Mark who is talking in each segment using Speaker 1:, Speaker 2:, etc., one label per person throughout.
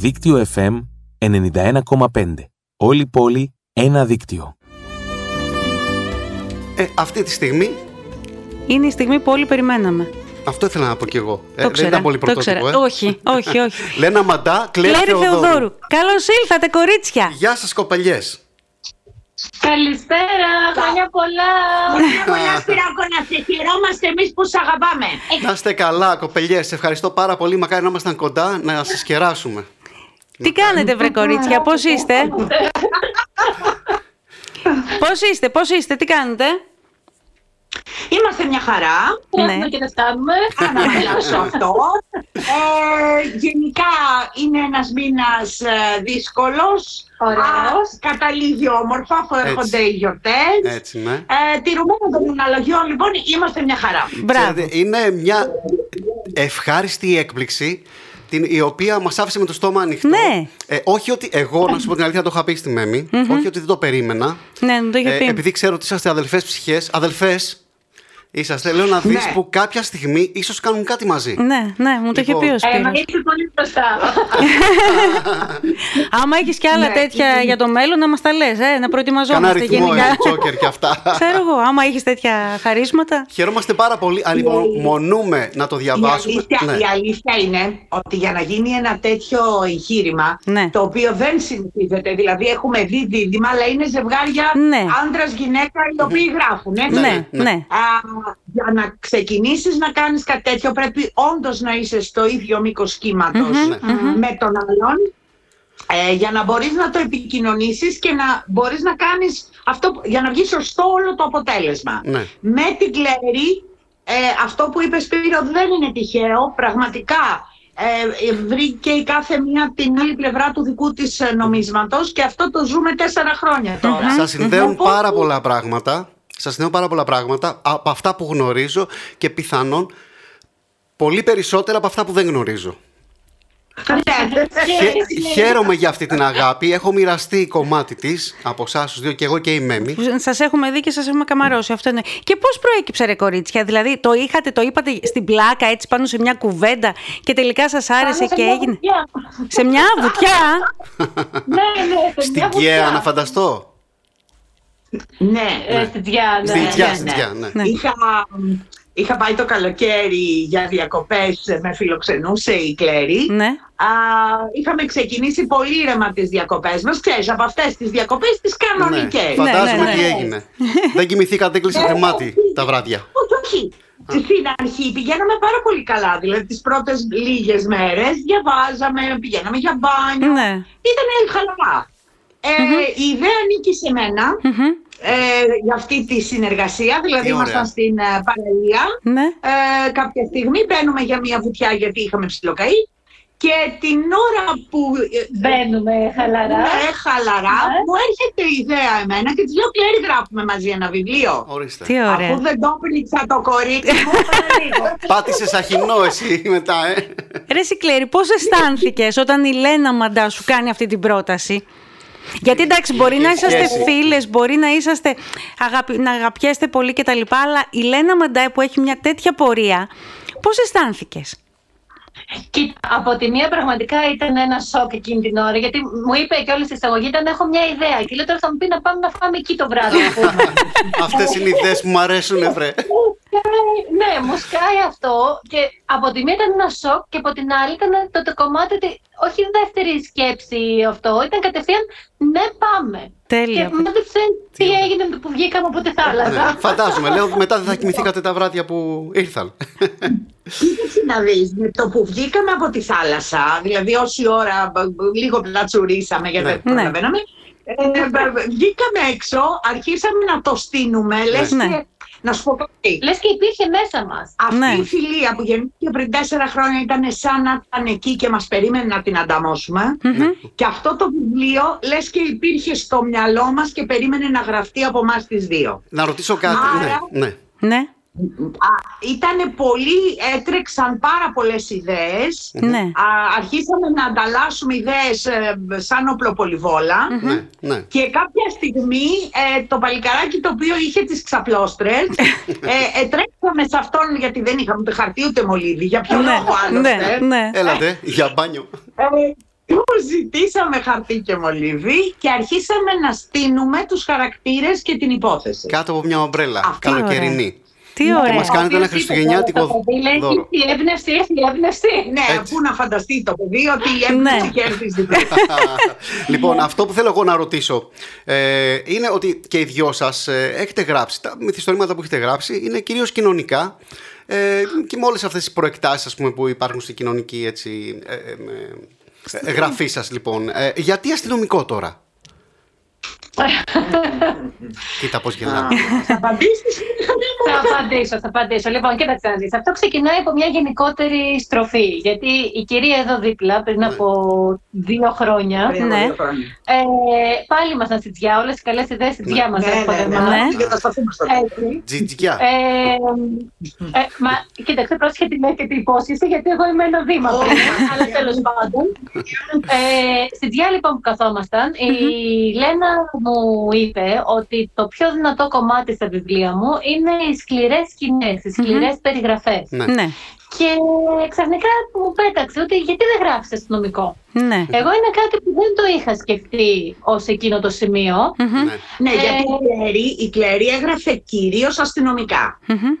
Speaker 1: Δίκτυο FM 91,5. Όλη πόλη, ένα δίκτυο.
Speaker 2: Ε, αυτή τη στιγμή
Speaker 3: Είναι η στιγμή που όλοι περιμέναμε.
Speaker 2: αυτό ήθελα να πω κι εγώ. Ε,
Speaker 3: το
Speaker 2: δεν
Speaker 3: ξέρα.
Speaker 2: ήταν πολύ
Speaker 3: το
Speaker 2: πρωτότυπο.
Speaker 3: ξέρα.
Speaker 2: Ε.
Speaker 3: Όχι, όχι, όχι.
Speaker 2: Λένα Μαντά, Κλέρι
Speaker 3: Κλέρι
Speaker 2: Θεοδόρου.
Speaker 3: Θεοδόρου. Καλώς ήλθατε, κορίτσια.
Speaker 2: Γεια σας κοπελιές.
Speaker 4: Καλησπέρα, χρόνια πολλά.
Speaker 3: Ναι.
Speaker 5: Πολλά πολλά σπυράκωνα, σε χαιρόμαστε εμείς που σ' αγαπάμε. Ε,
Speaker 2: Να είστε καλά κοπελιές. Ευχαριστώ πάρα πολύ. Μακάρι να ήμασταν κοντά να σας κεράσουμε.
Speaker 3: Τι κάνετε, βρε κορίτσια, πώ είστε. πώς είστε, πώς είστε, τι κάνετε.
Speaker 5: Είμαστε μια χαρά.
Speaker 4: Φτάνουμε
Speaker 3: Ναι.
Speaker 4: και δεν φτάνουμε.
Speaker 5: Αναμελώσω αυτό. Ε, γενικά είναι ένας μήνας ε, δύσκολος.
Speaker 4: Ωραίος.
Speaker 5: Α, Καταλήγει όμορφα, αφού έρχονται οι γιορτές.
Speaker 2: Έτσι, ναι.
Speaker 5: Ε, τηρουμένων των αναλογιών, λοιπόν, είμαστε μια χαρά.
Speaker 3: Μπράβο.
Speaker 2: Ξέρετε, είναι μια ευχάριστη έκπληξη την, η οποία μας άφησε με το στόμα ανοιχτό.
Speaker 3: Ναι.
Speaker 2: Ε, όχι ότι εγώ, να σου πω την αλήθεια, το είχα πει στη μεμη Όχι ότι δεν το περίμενα.
Speaker 3: Ναι, μου το είχε
Speaker 2: Ε,
Speaker 3: πει.
Speaker 2: επειδή ξέρω ότι είσαστε αδελφές ψυχές, αδελφές είσαστε, λέω να δεις
Speaker 5: Ναι.
Speaker 2: που κάποια στιγμή ίσως κάνουν κάτι μαζί.
Speaker 3: Ναι, ναι, μου το είχε
Speaker 2: Λοιπόν,
Speaker 3: πει ο
Speaker 4: Ε, μα
Speaker 3: Σπύρος.
Speaker 4: Είστε πολύ μπροστά.
Speaker 3: Άμα έχεις και
Speaker 4: Ναι,
Speaker 3: άλλα τέτοια για το μέλλον, να μας τα λες, ε, να
Speaker 2: Κανά
Speaker 3: προετοιμαζόμαστε
Speaker 2: ρυθμό,
Speaker 3: γενικά.
Speaker 2: ε, τσόκερ και αυτά.
Speaker 3: Ξέρω εγώ, άμα είχε τέτοια χαρίσματα.
Speaker 2: Χαιρόμαστε πάρα πολύ. Ανυπομονούμε να το
Speaker 5: Η
Speaker 2: διαβάσουμε.
Speaker 5: αλήθεια,
Speaker 2: Ναι.
Speaker 5: η αλήθεια είναι ότι για να γίνει ένα τέτοιο εγχείρημα,
Speaker 3: Ναι.
Speaker 5: το οποίο δεν συνηθίζεται, δηλαδή έχουμε δει δίδυμα, αλλά είναι ζευγάρια
Speaker 3: Ναι.
Speaker 5: άντρας-γυναίκα οι οποίοι γράφουν. ε.
Speaker 3: Ναι,
Speaker 2: ναι.
Speaker 3: ναι.
Speaker 5: Α, για να ξεκινήσεις να κάνεις κάτι τέτοιο πρέπει όντως να είσαι στο ίδιο μήκος κύματος
Speaker 2: Ναι.
Speaker 5: με τον άλλον ε, για να μπορείς να το επικοινωνήσεις και να μπορείς να κάνεις αυτό που- για να βγει σωστό όλο το αποτέλεσμα.
Speaker 2: Ναι.
Speaker 5: Με την Κλέρι ε, αυτό που είπες Σπύρο δεν είναι τυχαίο πραγματικά ε, ε, βρήκε η κάθε μία την άλλη πλευρά του δικού της ε, νομίσματος και αυτό το ζούμε τέσσερα χρόνια τώρα.
Speaker 2: Σας συνδέουν
Speaker 5: Οπότε-
Speaker 2: πάρα πολλά πράγματα. Σας συνδέουν πάρα πολλά πράγματα από αυτά που γνωρίζω και πιθανόν πολύ περισσότερα από αυτά που δεν γνωρίζω.
Speaker 4: Και-
Speaker 2: Χαι- χαίρομαι για αυτή την αγάπη. Έχω μοιραστεί κομμάτι της από εσάς τους δύο και εγώ και η Μέμη.
Speaker 3: Σας έχουμε δει και σας έχουμε καμαρώσει. Αυτό είναι. Και πώς προέκυψε, ρε κορίτσια, δηλαδή το είχατε, το είπατε στην πλάκα έτσι πάνω σε μια κουβέντα και τελικά σας άρεσε
Speaker 4: Πάμε σε
Speaker 3: και
Speaker 4: μια
Speaker 3: έγινε.
Speaker 4: βουτιά.
Speaker 3: Σε μια βουτιά.
Speaker 4: Ναι, ναι, σε μια
Speaker 2: Στην
Speaker 4: βουτιά.
Speaker 2: Κιέα, να φανταστώ.
Speaker 5: Ναι,
Speaker 4: Ε, Στην Κιέα, ναι.
Speaker 2: Στην Κιέα,
Speaker 5: ναι,
Speaker 2: στην
Speaker 5: ναι.
Speaker 2: Κιέα, ναι.
Speaker 3: Ναι.
Speaker 5: Είχα, είχα πάει το καλοκαίρι για διακοπές, ε, με φιλοξενούσε η Κλέρι.
Speaker 3: ναι.
Speaker 5: Α, είχαμε ξεκινήσει πολύ ήρεμα τις διακοπές μας. Ξέρεις, από αυτές τις διακοπές τις
Speaker 2: Ναι.
Speaker 5: κανονικές.
Speaker 2: Φαντάζομαι
Speaker 3: ναι,
Speaker 2: τι
Speaker 3: ναι.
Speaker 2: έγινε. δεν κοιμηθήκατε, δεν κλείσατε
Speaker 5: Ναι.
Speaker 2: μάτι τα βράδια.
Speaker 5: Όχι, όχι. Στην αρχή πηγαίναμε πάρα πολύ καλά. Δηλαδή, τις πρώτες λίγες μέρες διαβάζαμε, πηγαίναμε για μπάνιο.
Speaker 3: Ναι.
Speaker 5: Ήταν χαλαρά. Ε, Η ιδέα νίκησε σε μενα
Speaker 3: Μμμ.
Speaker 5: ε, για αυτή τη συνεργασία. Δηλαδή,
Speaker 2: Τι ωραία.
Speaker 5: ήμασταν στην ε, παραλία.
Speaker 3: Ναι.
Speaker 5: Ε, κάποια στιγμή μπαίνουμε για μια βουτιά γιατί είχαμε ψιλοκαεί και την ώρα που ε,
Speaker 4: Μπαίνουμε χαλαρά.
Speaker 5: ε, χαλαρά
Speaker 4: Ναι.
Speaker 5: μου έρχεται η ιδέα εμένα και της λέω Κλέρι γράφουμε μαζί ένα βιβλίο.
Speaker 3: Τι
Speaker 2: Ορίστε.
Speaker 3: ωραία.
Speaker 5: Αφού δεν το πνίξα το κορίτσι μου, παραλίγο.
Speaker 2: Πάτησες αχινό εσύ μετά, ε.
Speaker 3: Ρε Σικλέρη, πώς αισθάνθηκες όταν η Λένα Μαντά σου κάνει αυτή την πρόταση. Γιατί εντάξει, μπορεί να
Speaker 2: η
Speaker 3: είσαστε
Speaker 2: σχέση.
Speaker 3: φίλες, μπορεί να είσαστε αγαπη- να αγαπιέστε πολύ κτλ. Αλλά η Λένα Μαντά που έχει μια τέτοια πορεία, πώς αισθάνθηκες.
Speaker 4: Κοίτα, από τη μία πραγματικά ήταν ένα σοκ εκείνη την ώρα, γιατί μου είπε και όλη στην εισαγωγή ήταν έχω μια ιδέα και λέω τώρα θα μου πει να πάμε να φάμε εκεί το βράδυ. ας πούμε.
Speaker 2: Αυτές είναι οι ιδέες που μου αρέσουν, ε, βρε.
Speaker 4: Μου σκάει- ναι, μου σκάει αυτό και από τη μία ήταν ένα σοκ και από την άλλη ήταν το, το κομμάτι ότι όχι δεύτερη σκέψη αυτό, ήταν κατευθείαν ναι πάμε.
Speaker 3: Τέλεια.
Speaker 4: Και μα δεν ξέρει τι έγινε με το που βγήκαμε από τη θάλασσα.
Speaker 2: Ναι. Φαντάζομαι, λέω μετά δεν θα κοιμηθήκατε τα βράδια που ήρθαν.
Speaker 5: Κοίταξε να δεις, με το που βγήκαμε από τη θάλασσα, δηλαδή όση ώρα μπ, μπ, λίγο πλατσουρίσαμε γιατί
Speaker 2: Ναι.
Speaker 5: δεν προλαβαίναμε, ε, μπ, μπ, βγήκαμε έξω, αρχίσαμε να το στείνουμε, λες
Speaker 3: Ναι.
Speaker 5: και, να σου πω κάτι,
Speaker 4: Λες και υπήρχε μέσα μας.
Speaker 5: Αυτή
Speaker 3: Ναι.
Speaker 5: η φιλία που γεννήθηκε πριν τέσσερα χρόνια ήταν σαν να ήταν εκεί και μας περίμενε να την ανταμώσουμε. Και αυτό το βιβλίο λες και υπήρχε στο μυαλό μας και περίμενε να γραφτεί από εμάς τις δύο.
Speaker 2: Να ρωτήσω κάτι.
Speaker 5: Άρα-
Speaker 2: Ναι, ναι.
Speaker 3: Ναι,
Speaker 5: Ήταν πολύ, έτρεξαν πάρα πολλές ιδέες.
Speaker 3: ναι.
Speaker 5: Α, αρχίσαμε να ανταλλάσσουμε ιδέες ε, σαν οπλοπολιβόλα.
Speaker 2: Ναι, ναι.
Speaker 5: Και κάποια στιγμή ε, το παλικαράκι το οποίο είχε τις ξαπλώστρες ε, ε, τρέξαμε σε αυτόν γιατί δεν είχαμε ούτε χαρτί ούτε μολύβι για ποιο
Speaker 3: Ναι,
Speaker 2: Ε,
Speaker 5: λόγο άλλωστε.
Speaker 3: ναι, ναι.
Speaker 2: Έλατε, για μπάνιο.
Speaker 5: Ε, Του ζητήσαμε χαρτί και μολυβί και αρχίσαμε να στείνουμε τους χαρακτήρες και την υπόθεση.
Speaker 2: Κάτω από μια ομπρέλα.
Speaker 5: Αυτή
Speaker 2: Καλοκαιρινή.
Speaker 3: Τι
Speaker 2: Και
Speaker 3: ωραία.
Speaker 2: μας κάνετε ένα χριστουγεννιάτικο δώρο.
Speaker 4: Η έμπνευση, έχει η έμπνευση.
Speaker 5: Ναι,
Speaker 2: Έτσι.
Speaker 5: πού να φανταστεί το παιδί ότι η
Speaker 3: Ναι.
Speaker 5: έμπνευση κέρδισε την πρώτη.
Speaker 2: λοιπόν, αυτό που θέλω εγώ να ρωτήσω ε, είναι ότι και οι δυο σας έχετε γράψει. Τα μυθιστορήματα που έχετε γράψει είναι κυρίως κοινωνικά ε, και με όλες αυτές τις προεκτάσεις που υπάρχουν στην κοινωνική έτσι, ε, ε, ε, ε, γραφή σας, λοιπόν. Ε, γιατί αστυνομικό τώρα. Κοίτα πώς γελάω.
Speaker 5: Θα απαντήσεις.
Speaker 4: Θα απαντήσω, θα απαντήσω. Λοιπόν, κοίταξε να δεις. Αυτό ξεκινάει από μια γενικότερη στροφή. Γιατί η κυρία εδώ δίπλα
Speaker 2: Ναι.
Speaker 4: πριν από δύο χρόνια.
Speaker 5: Πριν από
Speaker 3: Ναι.
Speaker 5: δύο χρόνια.
Speaker 4: Ε, πάλι μας να σιτζιά, όλες οι καλές ιδέες σιτζιά μας
Speaker 5: Ναι, ναι,
Speaker 4: έρχονται.
Speaker 5: ναι. Ε,
Speaker 4: μας.
Speaker 3: Ναι.
Speaker 5: Να αντικατασταθούμε στο
Speaker 4: Έτσι.
Speaker 2: Τζιτζικιά.
Speaker 4: Ε, ε, μα, κοίταξε, πρόσεχε τι λέει και τι υπόσχεση, γιατί εγώ είμαι ένα βήμα πριν, αλλά τέλος πάντων. Ε, στη διά λοιπόν που καθόμασταν, η Λένα μου είπε ότι το πιο δυνατό κομμάτι στα βιβλία μου είναι οι σκληρές σκηνές, οι σκληρές περιγραφές.
Speaker 2: Ναι.
Speaker 3: Ναι,
Speaker 4: Και ξαφνικά μου πέταξε ότι γιατί δεν γράφεις αστυνομικό.
Speaker 3: ναι.
Speaker 2: Ε,
Speaker 4: Εγώ είναι κάτι που δεν το είχα σκεφτεί ως εκείνο το σημείο.
Speaker 3: Μμμ,
Speaker 2: Ναι.
Speaker 5: Ναι, γιατί η
Speaker 4: Ε,
Speaker 5: Κλέρη, η Κλέρη έγραφε κυρίως αστυνομικά.
Speaker 3: μμμ.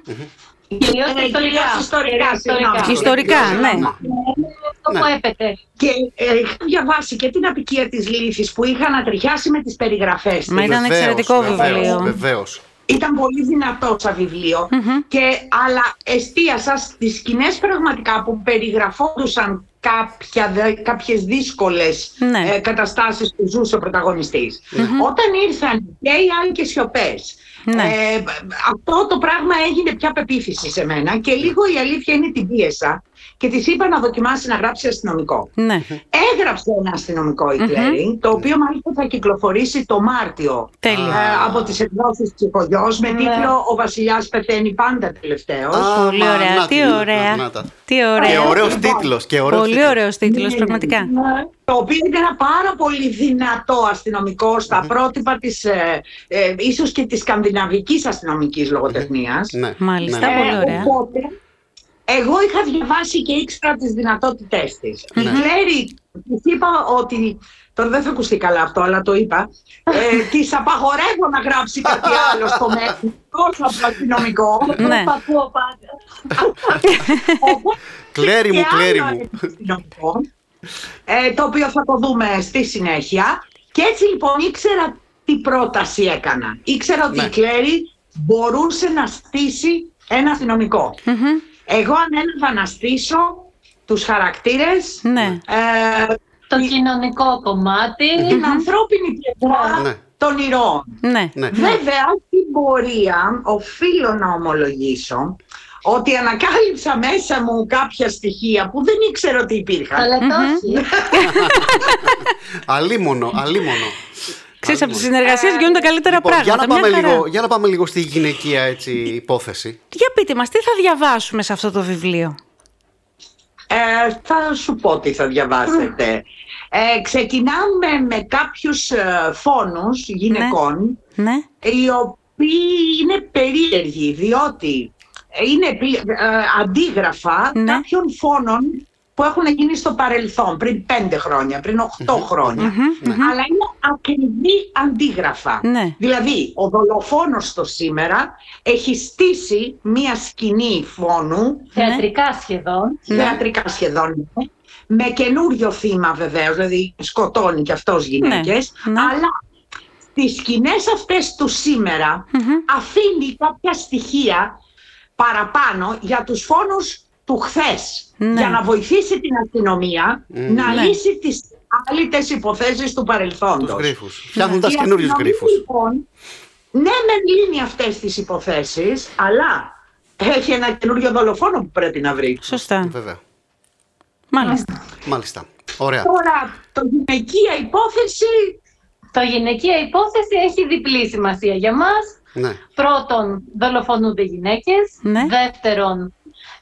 Speaker 4: Κυρίως
Speaker 5: Ε,
Speaker 4: ιστορικά.
Speaker 5: κυρίως ιστορικά, συγγνώμη.
Speaker 3: Ιστορικά, ναι.
Speaker 4: Είναι αυτό που
Speaker 2: Ναι.
Speaker 4: έπεται.
Speaker 5: Και ε, είχα διαβάσει και την απικία της Λύθης που είχα ανατριχιάσει με τις περιγραφές της.
Speaker 3: Μα ήταν εξαιρετικό βιβλίο.
Speaker 2: Βεβαίως.
Speaker 5: Ήταν πολύ δυνατό σαν βιβλιο
Speaker 2: Ναι.
Speaker 3: Μμμ.
Speaker 5: Και, αλλά εστίασα στις σκηνές πραγματικά που περιγραφόντουσαν κάποια, δε- κάποιες δύσκολες
Speaker 3: Ναι.
Speaker 5: ε, καταστάσεις που ζούσε ο πρωταγωνιστης Όταν ήρθαν και οι άλλοι και σιωπές,
Speaker 3: Ναι.
Speaker 5: ε, αυτό το πράγμα έγινε πια πεποίθηση σε μένα και λίγο η αλήθεια είναι την πίεσα και της είπα να δοκιμάσει να γράψει αστυνομικό.
Speaker 3: Ναι.
Speaker 5: Έγραψε ένα αστυνομικό η Κλέρι, το οποίο μάλιστα θα κυκλοφορήσει το Μάρτιο
Speaker 3: Τέλειο.
Speaker 5: ε, από τις εκδόσεις της Οικογιός με
Speaker 4: Ναι.
Speaker 5: τίτλο «Ο βασιλιάς πεθαίνει πάντα τελευταίος».
Speaker 3: Πολύ ωραία. Τι ωραία. Τι
Speaker 2: Και
Speaker 3: ωραία.
Speaker 2: ωραίος τίτλος. και ωραίος
Speaker 3: Πολύ
Speaker 2: τίτλος. ναι.
Speaker 3: ωραίος τίτλος, πραγματικά. Ναι.
Speaker 5: Το οποίο είναι ένα πάρα πολύ δυνατό αστυνομικό στα πρότυπα της, ε, ε, ίσως και της σκανδιναβικής αστυνομικής λογοτεχνίας.
Speaker 2: Ναι.
Speaker 3: Μάλιστα,
Speaker 2: Ναι.
Speaker 3: πολύ. ωραία.
Speaker 5: οπότε, εγώ είχα διαβάσει και ήξερα τις δυνατότητές της.
Speaker 3: Ναι.
Speaker 5: Η Κλέρι, της είπα ότι, τώρα δεν θα ακουστεί καλά αυτό, αλλά το είπα, ε, της απαγορεύω να γράψει κάτι άλλο στο μέλλον, τόσο από το αστυνομικό.
Speaker 3: Ναι.
Speaker 4: Παππού, πάντα.
Speaker 5: Οπότε,
Speaker 2: Κλέρι μου,
Speaker 5: και
Speaker 2: κλέρι
Speaker 5: άλλο
Speaker 2: μου.
Speaker 5: αστυνομικό, ε, το οποίο θα το δούμε στη συνέχεια. Και έτσι λοιπόν ήξερα τι πρόταση έκανα. Ήξερα ότι
Speaker 2: Ναι.
Speaker 5: η Κλέρι μπορούσε να στήσει ένα αστυνομικό.
Speaker 3: Μμμ,
Speaker 5: Εγώ ανέλαβα να στήσω τους χαρακτήρες,
Speaker 3: Ναι.
Speaker 5: ε,
Speaker 4: Το κοινωνικό κομμάτι.
Speaker 5: την ανθρώπινη πλευρά
Speaker 2: Ναι.
Speaker 5: των ηρώων.
Speaker 3: Ναι.
Speaker 2: Ναι.
Speaker 5: Βέβαια, στην πορεία οφείλω να ομολογήσω ότι ανακάλυψα μέσα μου κάποια στοιχεία που δεν ήξερα ότι υπήρχαν.
Speaker 4: Αλλά το όχι.
Speaker 3: Ναι.
Speaker 2: Αλίμονο, αλίμονο.
Speaker 3: Ξέρεις, από
Speaker 2: Αλίμονο.
Speaker 3: τις συνεργασίες γίνονται καλύτερα
Speaker 2: Ναι. Λοιπόν, για,
Speaker 3: πράγματα.
Speaker 2: να
Speaker 3: Μια
Speaker 2: πάμε
Speaker 3: χαρά.
Speaker 2: λίγο, για να πάμε λίγο στη γυναικεία έτσι, υπόθεση.
Speaker 3: Για πείτε μας, τι θα διαβάσουμε σε αυτό το βιβλίο.
Speaker 5: Ε, θα σου πω τι θα διαβάσετε. Ε, ξεκινάμε με κάποιους ε, φόνους γυναικών,
Speaker 3: Ναι.
Speaker 5: οι οποίοι είναι περίεργοι, διότι είναι πλη- ε, αντίγραφα
Speaker 3: Ναι.
Speaker 5: κάποιων φόνων που έχουν γίνει στο παρελθόν, πριν πέντε χρόνια, πριν οχτώ
Speaker 2: Ναι.
Speaker 5: χρόνια. Αλλά είναι ακριβή αντίγραφα.
Speaker 3: Ναι.
Speaker 5: Δηλαδή, ο δολοφόνος το σήμερα έχει στήσει μία σκηνή φόνου
Speaker 4: Θεατρικά σχεδόν.
Speaker 3: Ναι.
Speaker 5: θεατρικά σχεδόν. ναι. Με καινούριο θύμα βεβαίως, δηλαδή σκοτώνει και αυτός γυναίκες,
Speaker 3: ναι.
Speaker 5: αλλά στις σκηνές αυτές του σημερα αφήνει κάποια στοιχεία παραπάνω για τους φόνους του χθες,
Speaker 3: Ναι.
Speaker 5: για να βοηθήσει την αστυνομία να
Speaker 3: Ναι.
Speaker 5: λύσει τις άλυτες υποθέσεις του παρελθόντος.
Speaker 2: Τους γρίφους. Φτιάχνοντας καινούριους
Speaker 5: αστυνομία,
Speaker 2: γρίφους.
Speaker 5: Λοιπόν, ναι, μεν λύνει αυτές τις υποθέσεις, αλλά έχει ένα καινούριο δολοφόνο που πρέπει να βρει.
Speaker 3: Σωστά.
Speaker 2: Βέβαια.
Speaker 3: Μάλιστα.
Speaker 2: Μάλιστα. Ωραία.
Speaker 5: Τώρα, το γυναικεία υπόθεση.
Speaker 4: Το γυναικεία υπόθεση έχει διπλή σημασία για μας.
Speaker 2: Ναι.
Speaker 4: Πρώτον, δολοφονούνται γυναίκες.
Speaker 3: Ναι.
Speaker 4: Δεύτερον,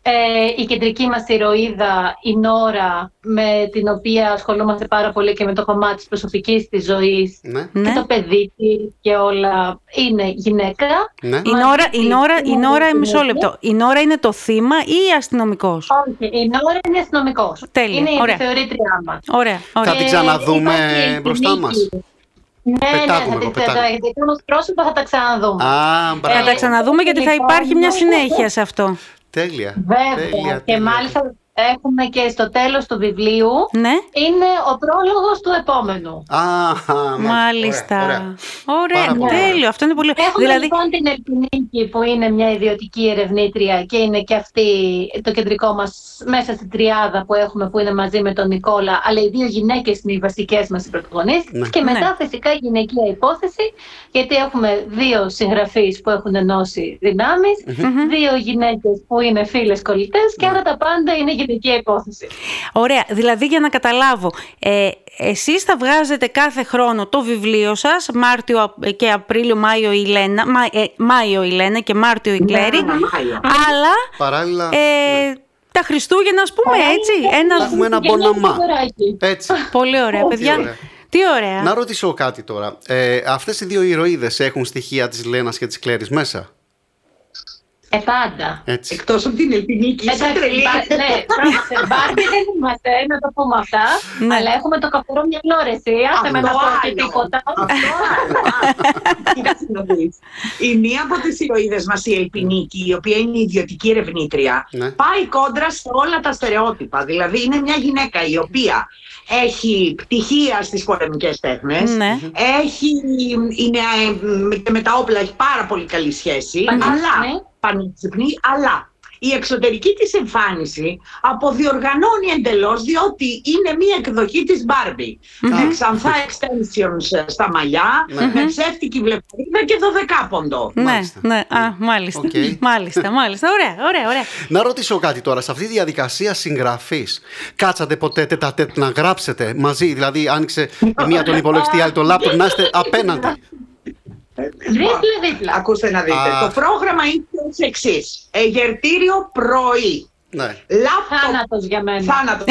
Speaker 4: ε, η κεντρική μας ηρωίδα, η Νόρα, με την οποία ασχολούμαστε πάρα πολύ και με το κομμάτι της προσωπικής της ζωής
Speaker 2: Ναι,
Speaker 3: Ναι.
Speaker 4: και το παιδί της και όλα, είναι γυναίκα.
Speaker 2: ναι.
Speaker 3: Η Νόρα, η Νόρα, η Νόρα, μισό λεπτό. Η Νόρα είναι το θύμα ή αστυνομικός.
Speaker 4: Όχι, η Νόρα είναι αστυνομικός.
Speaker 3: Τέλεια,
Speaker 4: Είναι
Speaker 3: ωραία.
Speaker 4: η θεωρήτριά μας.
Speaker 3: Ωραία, ωραία.
Speaker 4: Ε,
Speaker 2: Θα την ξαναδούμε μπροστά μας.
Speaker 4: Ναι,
Speaker 2: Πετάγουμε
Speaker 4: ναι,
Speaker 2: εγώ,
Speaker 4: θα την
Speaker 2: πετάγουμε.
Speaker 4: ξαναδούμε. Μας πρόσωπα θα τα ξαναδούμε.
Speaker 2: Α,
Speaker 3: Ε, Θα
Speaker 2: μπράβο.
Speaker 3: τα ξαναδούμε γιατί θα
Speaker 4: Λοιπόν,
Speaker 3: υπάρχει μια
Speaker 4: ναι.
Speaker 3: συνέχεια σε αυτό.
Speaker 2: Τέλεια.
Speaker 4: Βέβαια.
Speaker 2: Τέλεια,
Speaker 4: και
Speaker 2: τέλεια.
Speaker 4: μάλιστα έχουμε και στο τέλος του βιβλίου
Speaker 3: Ναι,
Speaker 4: είναι ο πρόλογος του επόμενου.
Speaker 2: Α, α,
Speaker 3: μάλιστα.
Speaker 2: ωραία, ναι. ωραία.
Speaker 3: Ωραία,
Speaker 2: Πάρα πολύ ωραία.
Speaker 3: τέλειο. Αυτό είναι πολύ.
Speaker 4: Έχουμε
Speaker 3: Δηλαδή,
Speaker 4: λοιπόν την Ελπινίκη που είναι μια ιδιωτική ερευνήτρια και είναι και αυτή το κεντρικό μας μέσα στην τριάδα που έχουμε που είναι μαζί με τον Νικόλα αλλά οι δύο γυναίκες είναι οι βασικές μας οι πρωταγωνίστες
Speaker 2: Ναι.
Speaker 4: και μετά
Speaker 3: Ναι.
Speaker 4: φυσικά η γυναικεία υπόθεση γιατί έχουμε δύο συγγραφείς που έχουν ενώσει δυνάμεις, δύο γυναίκες που είναι φίλες κολλητές
Speaker 2: Ναι.
Speaker 4: και άρα τα πάντα είναι γυναικεία υπόθεση.
Speaker 3: Ωραία, δηλαδή για να καταλάβω, ε, εσείς θα βγάζετε κάθε χρόνο το βιβλίο σας, Μάρτιο α- ε, και Απρίλιο, Μάιο η Λένα, Μα- ε, Μάιο η Λένα και Μάρτιο
Speaker 4: Ναι,
Speaker 3: η Κλέρη,
Speaker 5: Ένα Μάιο.
Speaker 3: αλλά
Speaker 2: Παράλληλα. ναι.
Speaker 3: ε, τα Χριστούγεννα, ας πούμε έτσι, ένα...
Speaker 2: Έχουμε ένα
Speaker 4: Και ένα
Speaker 2: μποναμά.
Speaker 4: σιδεράκι.
Speaker 2: Έτσι.
Speaker 3: Πολύ ωραία, παιδιά.
Speaker 2: ωραία.
Speaker 3: Τι ωραία.
Speaker 2: Να ρωτήσω κάτι τώρα. Ε, Αυτές οι δύο ηρωίδες έχουν στοιχεία της Λένας και της Κλέρης μέσα.
Speaker 4: Ε, πάντα.
Speaker 2: Έτσι.
Speaker 5: Εκτός από την Ελπινίκη, είσαι
Speaker 4: Εντάξει,
Speaker 5: τρελή.
Speaker 4: μπα- Ναι, σε μπάρμπι δεν είμαστε, να το πούμε αυτά.
Speaker 3: Ναι.
Speaker 4: Αλλά έχουμε το καθαρό μυαλό, ρε εσύ. Άσε με να πω και τίποτα.
Speaker 5: Κοίταξε να δεις. Η μία από τις ηρωίδες μας, η Ελπινίκη, η οποία είναι η ιδιωτική ερευνήτρια,
Speaker 2: Ναι.
Speaker 5: πάει κόντρα σε όλα τα στερεότυπα. Δηλαδή είναι μια γυναίκα η οποία έχει πτυχία στις πολεμικές τέχνες,
Speaker 3: Ναι.
Speaker 5: έχει, είναι, ε, και με τα όπλα έχει πάρα πολύ καλή σχέση,
Speaker 4: Πανέξυπνη.
Speaker 5: αλλά, πανέξυπνη, αλλά η εξωτερική της εμφάνιση αποδιοργανώνει εντελώς διότι είναι μία εκδοχή της Μπάρμπι. Με ξανθά extensions στα μαλλιά,
Speaker 2: Ναι.
Speaker 5: με ψεύτικη βλεπτορίδα και δωδεκάποντο.
Speaker 3: Ναι,
Speaker 2: Μάλιστα.
Speaker 3: ναι, α, μάλιστα.
Speaker 2: Οκ.
Speaker 3: Μάλιστα, μάλιστα. Ωραία, ωραία, ωραία.
Speaker 2: Να ρωτήσω κάτι τώρα. Σε αυτή τη διαδικασία συγγραφής, κάτσατε ποτέ τετατέτ να γράψετε μαζί. Δηλαδή, άνοιξε η μία τον υπολογιστή, η άλλη το λάπτοπ, να είστε απέναντι.
Speaker 4: Δίπλα-δίπλα.
Speaker 5: Ακούστε να δείτε.
Speaker 2: Α.
Speaker 5: Το πρόγραμμα είναι ως εξής. Εγερτήριο πρωί.
Speaker 2: Ναι.
Speaker 5: Λάπτοπ
Speaker 4: Θάνατος για μένα.
Speaker 5: Θάνατος.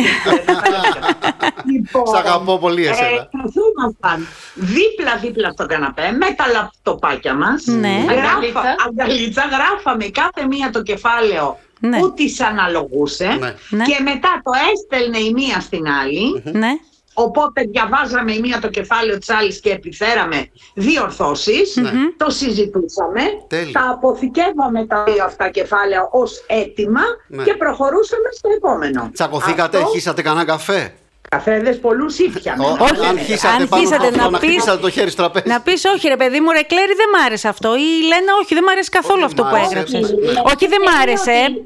Speaker 5: Λοιπόν,
Speaker 2: Σ' αγαπώ πολύ
Speaker 5: ε,
Speaker 2: εσένα.
Speaker 5: καθόμασταν δίπλα-δίπλα στο καναπέ με τα λαπτοπάκια μας.
Speaker 3: Ναι.
Speaker 5: Γράφα,
Speaker 4: Αγκαλίτσα.
Speaker 5: αγκαλίτσα, γράφαμε κάθε μία το κεφάλαιο
Speaker 3: Ναι.
Speaker 5: που της αναλογούσε
Speaker 2: Ναι.
Speaker 3: Ναι.
Speaker 5: και μετά το έστελνε η μία στην άλλη.
Speaker 3: Ναι,
Speaker 5: Οπότε διαβάζαμε η μία το κεφάλαιο της άλλης και επιφέραμε δύο ορθώσεις. Το συζητούσαμε,
Speaker 2: Ναι. Τέλεια.
Speaker 5: τα αποθηκεύαμε τα δύο αυτά κεφάλαια ως έτοιμα
Speaker 2: Ναι.
Speaker 5: και προχωρούσαμε στο επόμενο.
Speaker 2: Τσακωθήκατε,
Speaker 5: Αυτό-
Speaker 2: χύσατε κανένα καφέ.
Speaker 5: Καφέδες πολλούς ήπιαμε.
Speaker 2: Ο-
Speaker 3: Ε, Όχι,
Speaker 2: αν
Speaker 3: ρε.
Speaker 2: χύσατε
Speaker 3: Αν
Speaker 2: πάνω
Speaker 3: χύσατε
Speaker 2: από αυτό,
Speaker 3: να
Speaker 2: να
Speaker 3: πεις-
Speaker 2: χτυπήσατε το χέρι στο τραπέζι.
Speaker 3: Να πεις, όχι ρε παιδί μου, ρε Κλέρι, δεν μ' άρεσε αυτό. Ή Λένα, όχι, δεν μ' άρεσε καθόλου
Speaker 2: Όχι,
Speaker 3: αυτό
Speaker 2: μ'
Speaker 3: που
Speaker 2: άρεσε,
Speaker 3: έγραψες.
Speaker 2: ναι, ναι.
Speaker 3: Όχι, δεν μ' άρεσε.
Speaker 4: ότι-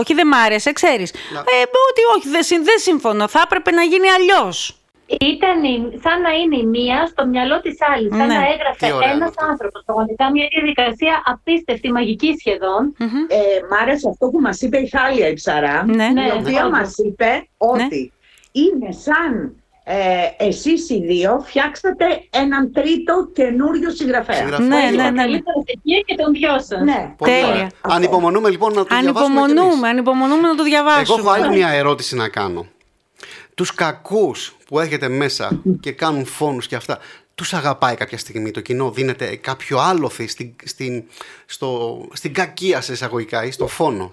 Speaker 3: Όχι, δεν μ' άρεσε, ξέρεις.
Speaker 2: Να-
Speaker 3: Ε, ότι όχι, δεν συν- δεν συμφωνώ. Θα έπρεπε να γίνει αλλιώς.
Speaker 4: Ήταν η- σαν να είναι η μία στο μυαλό της άλλης. Σαν
Speaker 3: Ναι.
Speaker 4: να
Speaker 2: Τι
Speaker 4: έγραφε
Speaker 2: ωραίο
Speaker 4: ένας
Speaker 2: αυτό.
Speaker 4: άνθρωπος. Πραγματικά μια διαδικασία απίστευτη, μαγική σχεδόν.
Speaker 5: Ε, μ' άρεσε αυτό που μας είπε η Θάλια η Ψαρά,
Speaker 3: Ναι.
Speaker 4: Ναι.
Speaker 5: η οποία
Speaker 4: Ναι.
Speaker 5: μας είπε ότι είναι σαν ε, εσείς οι δύο φτιάξατε έναν τρίτο καινούριο συγγραφέα.
Speaker 2: Συγγραφέα.
Speaker 3: Ναι, ναι, ναι. ναι.
Speaker 4: Καλύτερα στοιχεία και των δυο σας.
Speaker 5: Ναι.
Speaker 2: Πολύ
Speaker 3: Τέλεια.
Speaker 2: ωραία. Ανυπομονούμε λοιπόν να το διαβάσουμε κι εμείς.
Speaker 3: Ανυπομονούμε, ανυπομονούμε να το
Speaker 2: Εγώ έχω άλλη
Speaker 3: διαβάσουμε.
Speaker 2: μια ερώτηση να κάνω. Τους κακούς που έχετε μέσα και κάνουν φόνους και αυτά, τους αγαπάει κάποια στιγμή το κοινό, δίνεται κάποιο άλοθη στην, στην, στο, στην κακία σε εισαγωγικά ή στο φόνο.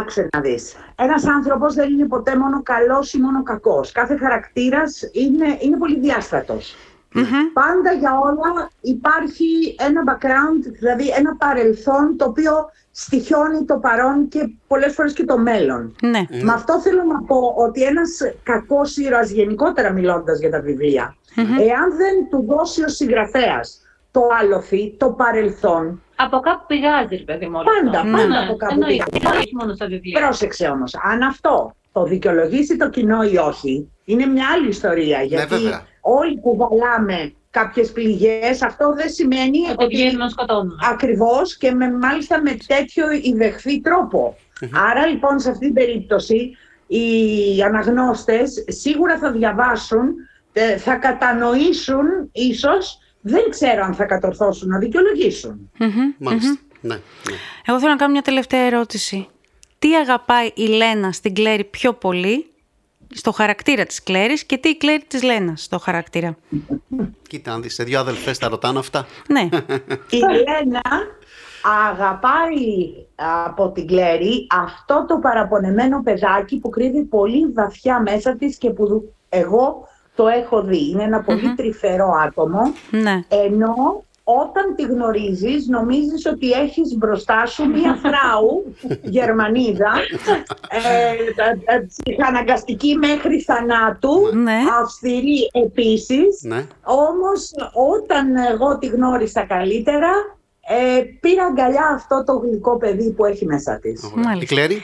Speaker 5: Άκουσε να δεις. Ένας άνθρωπος δεν είναι ποτέ μόνο καλός ή μόνο κακός. Κάθε χαρακτήρας είναι, είναι πολύ διάστατος.
Speaker 4: Ναι.
Speaker 5: Πάντα για όλα υπάρχει ένα background, δηλαδή ένα παρελθόν το οποίο στοιχιώνει το παρόν και πολλές φορές και το μέλλον.
Speaker 3: Ναι.
Speaker 5: Με αυτό θέλω να πω ότι ένας κακός ήρωας, γενικότερα μιλώντας για τα βιβλια εάν δεν του δώσει ο συγγραφέας το άλοθη, το παρελθόν,
Speaker 4: Από κάπου πηγάζει, ρε παιδί μου. όλο
Speaker 5: Πάντα,
Speaker 4: αυτό.
Speaker 5: πάντα
Speaker 4: Ναι.
Speaker 5: από κάπου
Speaker 4: Εννοείται.
Speaker 5: πηγάζει.
Speaker 4: Όχι μόνο στα βιβλία.
Speaker 5: Πρόσεξε όμως, αν αυτό το δικαιολογήσει το κοινό ή όχι, είναι μια άλλη ιστορία. Γιατί
Speaker 2: βέβαια.
Speaker 5: όλοι κουβαλάμε κάποιες πληγές, αυτό δεν σημαίνει
Speaker 4: Ότι
Speaker 5: ότι.
Speaker 4: πηγαίνουμε να σκοτώνουμε.
Speaker 5: Ακριβώς και με, μάλιστα με τέτοιο ιδεχθή τρόπο. Άρα λοιπόν σε αυτή την περίπτωση οι αναγνώστες σίγουρα θα διαβάσουν, ε, θα κατανοήσουν ίσως, δεν ξέρω αν θα κατορθώσουν να δικαιολογήσουν.
Speaker 3: Μμμ.
Speaker 2: Μάλιστα. Ναι, ναι.
Speaker 3: Εγώ θέλω να κάνω μια τελευταία ερώτηση. τι αγαπάει η Λένα στην Κλέρη πιο πολύ, στο χαρακτήρα της Κλέρης και τι η Κλέρη της Λένας στο χαρακτήρα.
Speaker 2: Κοίτα, αν δεις, σε δύο αδελφές τα ρωτάνε αυτά.
Speaker 3: Ναι,
Speaker 5: Η Λένα αγαπάει από την Κλέρη αυτό το παραπονεμένο παιδάκι που κρύβει πολύ βαθιά μέσα της και που εγώ το έχω δει. Είναι ένα πολύ τρυφερό άτομο.
Speaker 3: ναι.
Speaker 5: Ενώ όταν τη γνωρίζεις νομίζεις ότι έχεις μπροστά σου μία φράου Γερμανίδα ε, ε, ε, ψυχαναγκαστική μέχρι θανάτου
Speaker 3: Ναι.
Speaker 5: αυστηρή επίσης
Speaker 2: Ναι.
Speaker 5: όμως όταν εγώ τη γνώρισα καλύτερα ε, πήρα αγκαλιά αυτό το γλυκό παιδί που έχει μέσα της
Speaker 2: Ωραία.
Speaker 3: Μάλιστα.
Speaker 2: Η Κλέρι,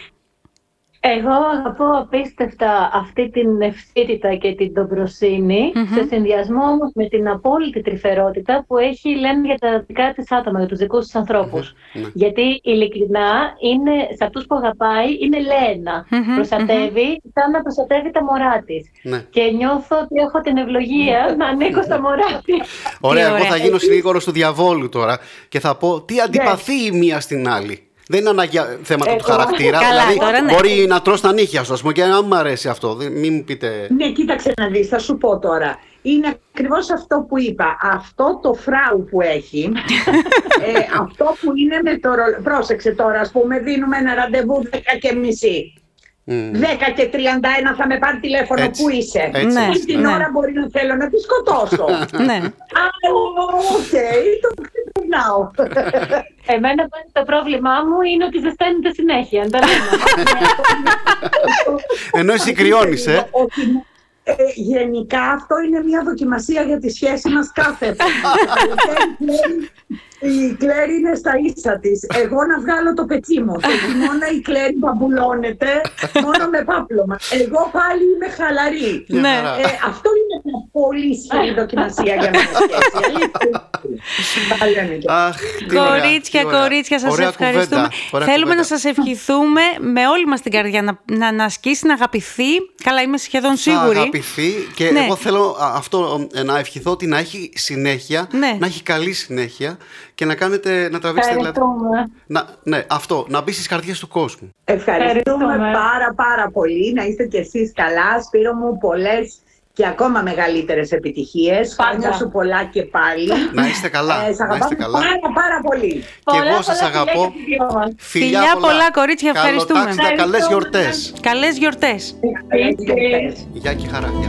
Speaker 4: Εγώ αγαπώ απίστευτα αυτή την ευθύτητα και την dobrοσύνη,
Speaker 3: Μμμ.
Speaker 4: σε συνδυασμό όμως με την απόλυτη τρυφερότητα που έχει λένε για τα δικά της άτομα, για τους δικούς της ανθρωπους
Speaker 2: ναι.
Speaker 4: Γιατί ειλικρινά είναι, σε αυτούς που αγαπάει είναι Λένα.
Speaker 3: Μμμ,
Speaker 4: προστατεύει, σαν να προστατεύει τα μωρά της.
Speaker 2: Ναι.
Speaker 4: Και νιώθω ότι έχω την ευλογία να ανήκω στα μωρά της.
Speaker 2: Ωραία,
Speaker 3: Τι
Speaker 2: εγώ θα
Speaker 3: ωραία. Ναι.
Speaker 2: γίνω συνήγορος του διαβόλου τώρα και θα πω τι αντιπαθεί η μία στην άλλη. Δεν είναι αναγκαία θέματα του
Speaker 5: Εγώ-
Speaker 2: χαρακτήρα.
Speaker 3: Καλά,
Speaker 2: δηλαδή,
Speaker 3: τώρα ναι.
Speaker 2: μπορεί να τρως τα νύχια σου, ας πούμε, και να μου αρέσει αυτό. Δεν- Μην μου πείτε.
Speaker 5: Ναι, κοίταξε να δεις, θα σου πω τώρα. Είναι ακριβώς αυτό που είπα. Αυτό το φράου που έχει, ε, αυτό που είναι με το ρολόι. Πρόσεξε τώρα, ας πούμε, δίνουμε ένα ραντεβού 10 και μισή.
Speaker 2: Μμ.
Speaker 5: 10 και 31 θα με πάρει τηλέφωνο,
Speaker 2: Ναι. Έτσι.
Speaker 5: πού είσαι.
Speaker 2: Έτσι,
Speaker 3: Ναι.
Speaker 5: Αυτή την
Speaker 3: ναι.
Speaker 5: ώρα μπορεί να θέλω να τη σκοτώσω.
Speaker 3: ναι.
Speaker 5: Α, οκ, το ξεπερνάω.
Speaker 4: Εμένα πάλι το πρόβλημά μου είναι ότι ζεσταίνεται συνέχεια. αν Τα λέμε.
Speaker 2: Ενώ εσύ κρυώνεις, ε.
Speaker 5: Ότι, ε, γενικά αυτό είναι μια δοκιμασία για τη σχέση μας κάθε εβδομάδα. Η Κλέρι είναι στα ίσα της. Εγώ να βγάλω το πετσί μου. Το χειμώνα η Κλέρι παμπουλώνεται μόνο με πάπλωμα. Εγώ πάλι είμαι χαλαρή.
Speaker 2: Μια
Speaker 3: Ναι.
Speaker 2: χαρά.
Speaker 5: Ε, αυτό είναι μια πολύ ισχυρή δοκιμασία για μια σχέση. αλήθεια. Τα λέμε και.
Speaker 2: Αχ, τι ωραία,
Speaker 3: Κορίτσια,
Speaker 2: τι ωραία.
Speaker 3: κορίτσια, σας
Speaker 2: Ωραία
Speaker 3: ευχαριστούμε.
Speaker 2: κουβέντα, ωραία
Speaker 3: Θέλουμε
Speaker 2: κουβέντα.
Speaker 3: να σας ευχηθούμε με όλη μας την καρδιά να, να, να ασκήσει, να αγαπηθεί. Καλά, είμαι σχεδόν σίγουρη.
Speaker 2: Θα αγαπηθεί και
Speaker 3: Ναι.
Speaker 2: εγώ θέλω α, αυτό ε, να ευχηθώ ότι να έχει συνέχεια,
Speaker 3: Ναι.
Speaker 2: να έχει καλή συνέχεια και να κάνετε, να τραβήξετε δηλαδή.
Speaker 4: Ευχαριστούμε.
Speaker 2: Να, ναι, αυτό, να μπει στις καρδιές του κόσμου.
Speaker 5: Ευχαριστούμε
Speaker 4: Ευχαριστούμε.
Speaker 5: πάρα πάρα πολύ. Να είστε κι εσείς καλά. Σπύρο μου πολλές και ακόμα μεγαλύτερες επιτυχίες.
Speaker 4: Πάντα.
Speaker 5: Χρόνια σου πολλά και πάλι.
Speaker 2: Να είστε καλά.
Speaker 5: Ε, σ'
Speaker 2: να είστε
Speaker 5: αγαπάμε
Speaker 2: καλά.
Speaker 5: πάρα πάρα πολύ.
Speaker 2: Και
Speaker 4: Πολλά,
Speaker 2: εγώ σας
Speaker 4: πολλά φιλιά
Speaker 2: αγαπώ.
Speaker 4: και στις δυο μας.
Speaker 3: Φιλιά πολλά, κορίτσια, ευχαριστούμε.
Speaker 2: Καλοτάξιδα, καλές
Speaker 4: Ευχαριστούμε.
Speaker 2: γιορτές.
Speaker 3: Καλές γιορτές.
Speaker 5: Καλές γιορτές.
Speaker 2: Γεια και χαρά. Γεια.